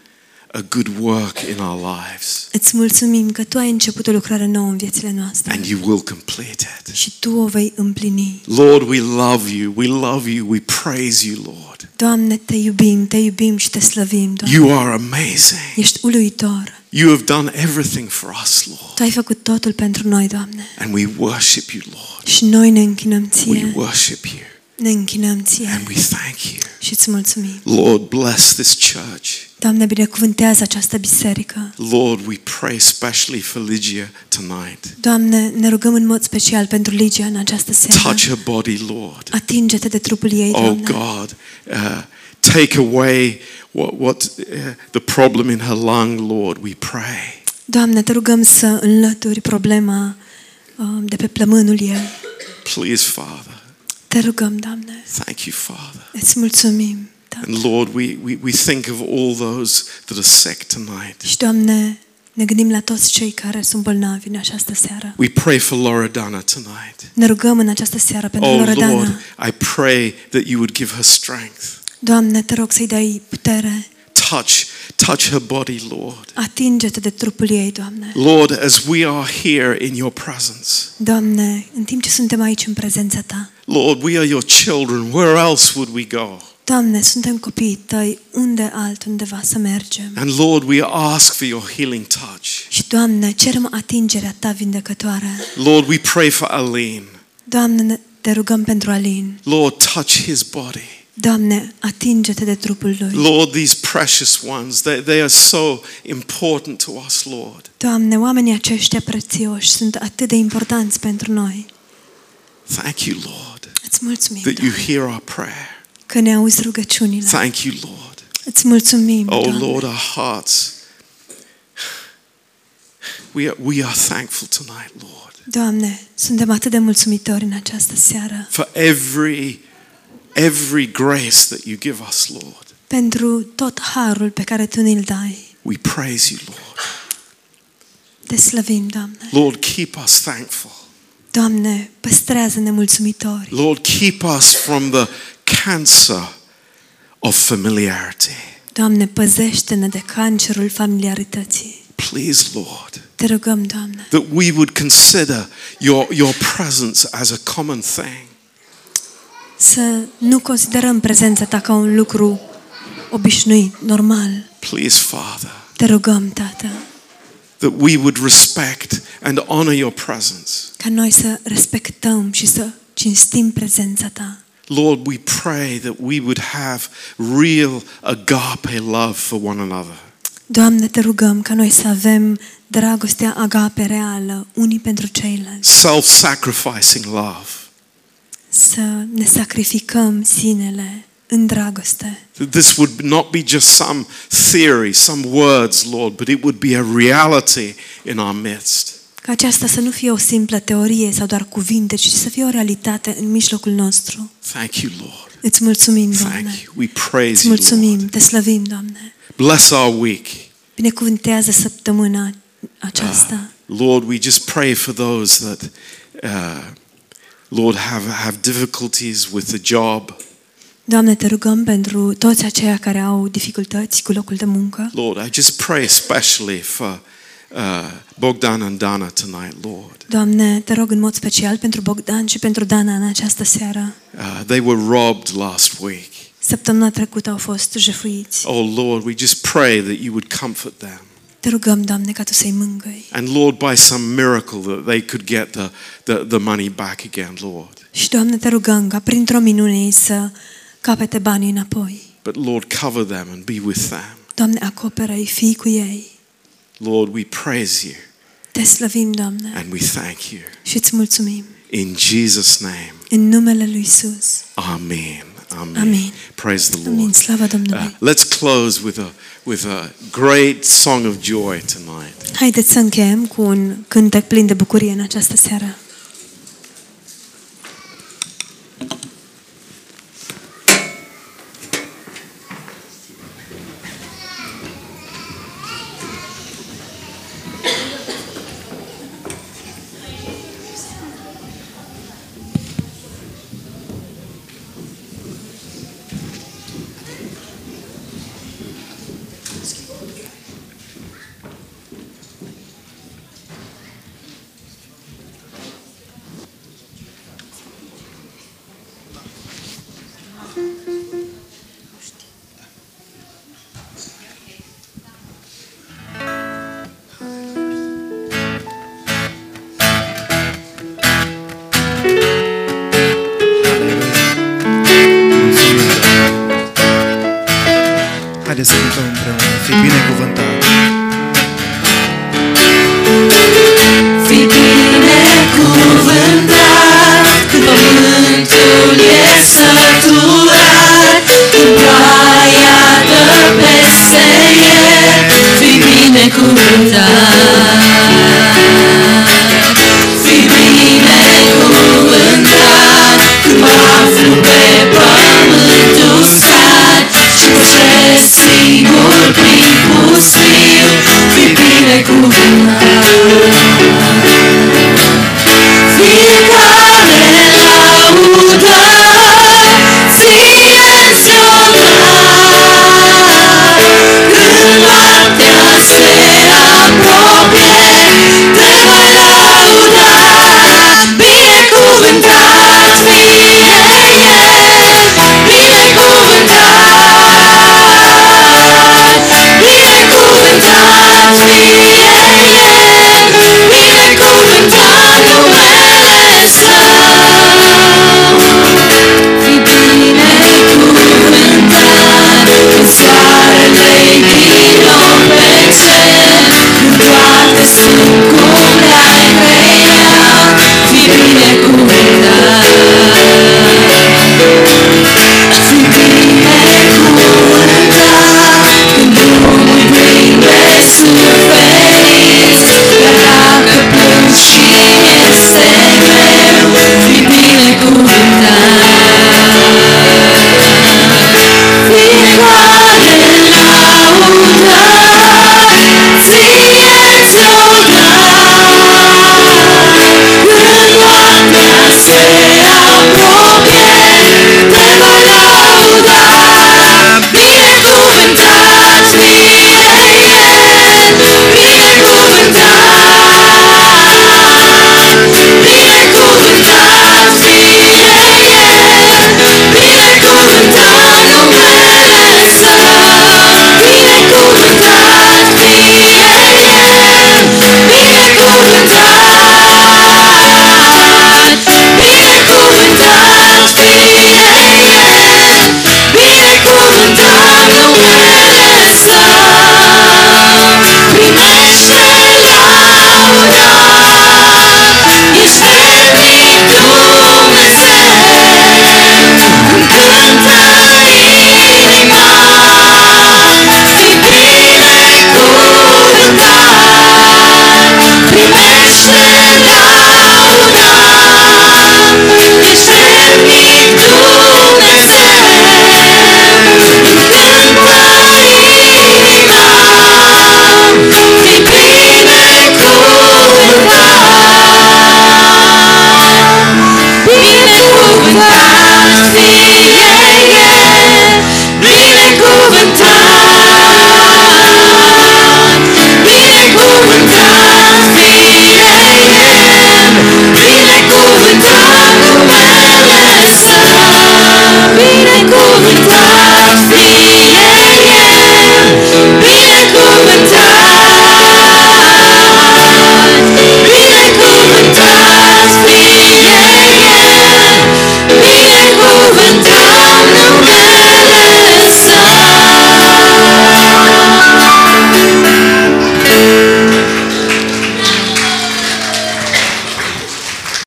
Speaker 1: a good work in our lives
Speaker 2: Îți mulțumim că Tu ai început o lucrare nouă în viețile noastre
Speaker 1: and you will complete it.
Speaker 2: și Tu o vei împlini.
Speaker 1: Lord, we love you. We love you. We praise you, Lord.
Speaker 2: Doamne, Te iubim, Te iubim și Te slăvim, Doamne.
Speaker 1: You are amazing.
Speaker 2: Ești uluitor.
Speaker 1: You have done everything for us, Lord.
Speaker 2: Tu ai făcut totul pentru noi, Doamne.
Speaker 1: And we worship you, Lord.
Speaker 2: Și noi ne închinăm
Speaker 1: We
Speaker 2: Ție,
Speaker 1: worship you
Speaker 2: ne închinăm Ție
Speaker 1: and we thank you.
Speaker 2: și îți mulțumim.
Speaker 1: Lord, bless this church.
Speaker 2: Doamne, binecuvântează această biserică.
Speaker 1: Lord, we pray specially for Lygia tonight.
Speaker 2: Doamne, ne rugăm în mod special pentru Ligia în această seară.
Speaker 1: Touch her body, Lord.
Speaker 2: Atinge-te de trupul ei,
Speaker 1: Oh
Speaker 2: Doamne.
Speaker 1: God, uh, take away what, what uh, the problem in her lung, Lord, we pray.
Speaker 2: Doamne, te rugăm să înlături problema um, de pe plămânul ei.
Speaker 1: Please, Father.
Speaker 2: Te rugăm, Doamne.
Speaker 1: Thank you, Father.
Speaker 2: Îți mulțumim. Doamne.
Speaker 1: And Lord, we, we, we think of all those that are sick tonight.
Speaker 2: Și, Doamne, ne gândim la toți cei care sunt bolnavi în această seară.
Speaker 1: We pray for Loredana tonight.
Speaker 2: Ne rugăm în această seară pentru
Speaker 1: Oh
Speaker 2: Loredana.
Speaker 1: Lord, I pray that you would give her strength.
Speaker 2: Doamne, te rog să-i dai putere.
Speaker 1: Touch, touch her body, Lord.
Speaker 2: Atinge-te de trupul ei, Doamne.
Speaker 1: Lord, as we are here in your presence,
Speaker 2: Doamne, în timp ce suntem aici în prezența Ta,
Speaker 1: Lord, we are your children. Where else would we go?
Speaker 2: Doamne, suntem copiii Tăi, unde altundeva să mergem?
Speaker 1: And Lord, we ask for your healing touch.
Speaker 2: Și, Doamne, cerem atingerea Ta vindecătoare.
Speaker 1: Lord, we pray for Aline.
Speaker 2: Doamne, ne- te rugăm pentru Alin.
Speaker 1: Lord, touch his body.
Speaker 2: Doamne, atinge-te de trupul lui.
Speaker 1: Lord, these precious ones, they, they are so important to us, Lord.
Speaker 2: Doamne, oamenii aceștia prețioși sunt atât de importanți pentru noi.
Speaker 1: Thank you, Lord,
Speaker 2: Îți mulțumim
Speaker 1: that you
Speaker 2: Doamne,
Speaker 1: hear our prayer.
Speaker 2: că ne auzi rugăciunile.
Speaker 1: Thank you, Lord.
Speaker 2: Îți mulțumim,
Speaker 1: Oh,
Speaker 2: Doamne.
Speaker 1: Lord, our hearts. We are, we are thankful tonight, Lord,
Speaker 2: Doamne, suntem atât de mulțumitori în această seară
Speaker 1: for every, every grace that you give us, Lord.
Speaker 2: pentru tot harul pe care Tu ne-l dai.
Speaker 1: We praise you, Lord.
Speaker 2: Te slăvim, Doamne.
Speaker 1: Lord, keep us thankful.
Speaker 2: Doamne, păstrează-ne mulțumitori.
Speaker 1: Lord, keep us from the cancer of familiarity.
Speaker 2: Doamne, păzește-ne de cancerul familiarității.
Speaker 1: Please, Lord,
Speaker 2: Te rugăm, Doamne.
Speaker 1: that we would consider your, your presence as a common thing.
Speaker 2: Să nu considerăm prezența ta ca un lucru obișnuit, normal.
Speaker 1: Please, Father,
Speaker 2: Te rugăm, Tată,
Speaker 1: that we would respect and honor your presence.
Speaker 2: ca noi să respectăm și să cinstim prezența ta.
Speaker 1: Lord, we pray that we would have real agape love for one another.
Speaker 2: Doamne, te rugăm ca noi să avem dragostea agape reală, unii pentru ceilalți,
Speaker 1: Self sacrificing love.
Speaker 2: să ne sacrificăm sinele în dragoste.
Speaker 1: That this would not be just some theory, some words, Lord, but it would be a reality in our midst.
Speaker 2: Ca aceasta să nu fie o simplă teorie sau doar cuvinte, ci să fie o realitate în mijlocul nostru.
Speaker 1: Thank you, Lord.
Speaker 2: Îți mulțumim,
Speaker 1: Thank
Speaker 2: Doamne.
Speaker 1: you. We
Speaker 2: Îți
Speaker 1: praise you. Lord.
Speaker 2: mulțumim, te slăvim, Doamne.
Speaker 1: Bless our week.
Speaker 2: Binecuvântează săptămâna
Speaker 1: Ah.
Speaker 2: aceasta.
Speaker 1: Lord, we just pray for those that, uh, Lord, have, have difficulties with the job.
Speaker 2: Doamne, te rugăm pentru toți aceia care au dificultăți cu locul de muncă.
Speaker 1: Lord, I just pray especially for uh, Bogdan and Dana tonight, Lord.
Speaker 2: Doamne, te rog în mod special pentru Bogdan și pentru Dana în această seară.
Speaker 1: Uh, they were robbed last week.
Speaker 2: Săptămâna trecută au fost jefuiți.
Speaker 1: Oh, Lord, we just pray that you would comfort them.
Speaker 2: Te rugăm, Doamne, ca Tu să-i mângâi.
Speaker 1: And Lord, by some miracle, that they could get the, the, the money back again, Lord.
Speaker 2: Și, Doamne, te rugăm ca printr-o minune ei să capete banii înapoi.
Speaker 1: But Lord, cover them and be with them.
Speaker 2: Doamne, acoperă-i, fii cu ei.
Speaker 1: Lord, we praise you
Speaker 2: Te slăvim, Doamne,
Speaker 1: and we thank you.
Speaker 2: și îți mulțumim.
Speaker 1: In Jesus' name,
Speaker 2: În numele Lui Isus.
Speaker 1: amen. Amen.
Speaker 2: Amen.
Speaker 1: Praise the
Speaker 2: Amin,
Speaker 1: Lord.
Speaker 2: slavă Domnului.
Speaker 1: Uh, let's close with a, with a great song of joy tonight.
Speaker 2: Haideți să încheiem cu un cântec plin de bucurie în această seară.
Speaker 3: Mulțumim, Doamne. Haideți să cântăm împreună. Fi binecuvântat.
Speaker 4: Fi binecuvântat când pământul e săturat, când ploaia dă peste el. Fi binecuvântat.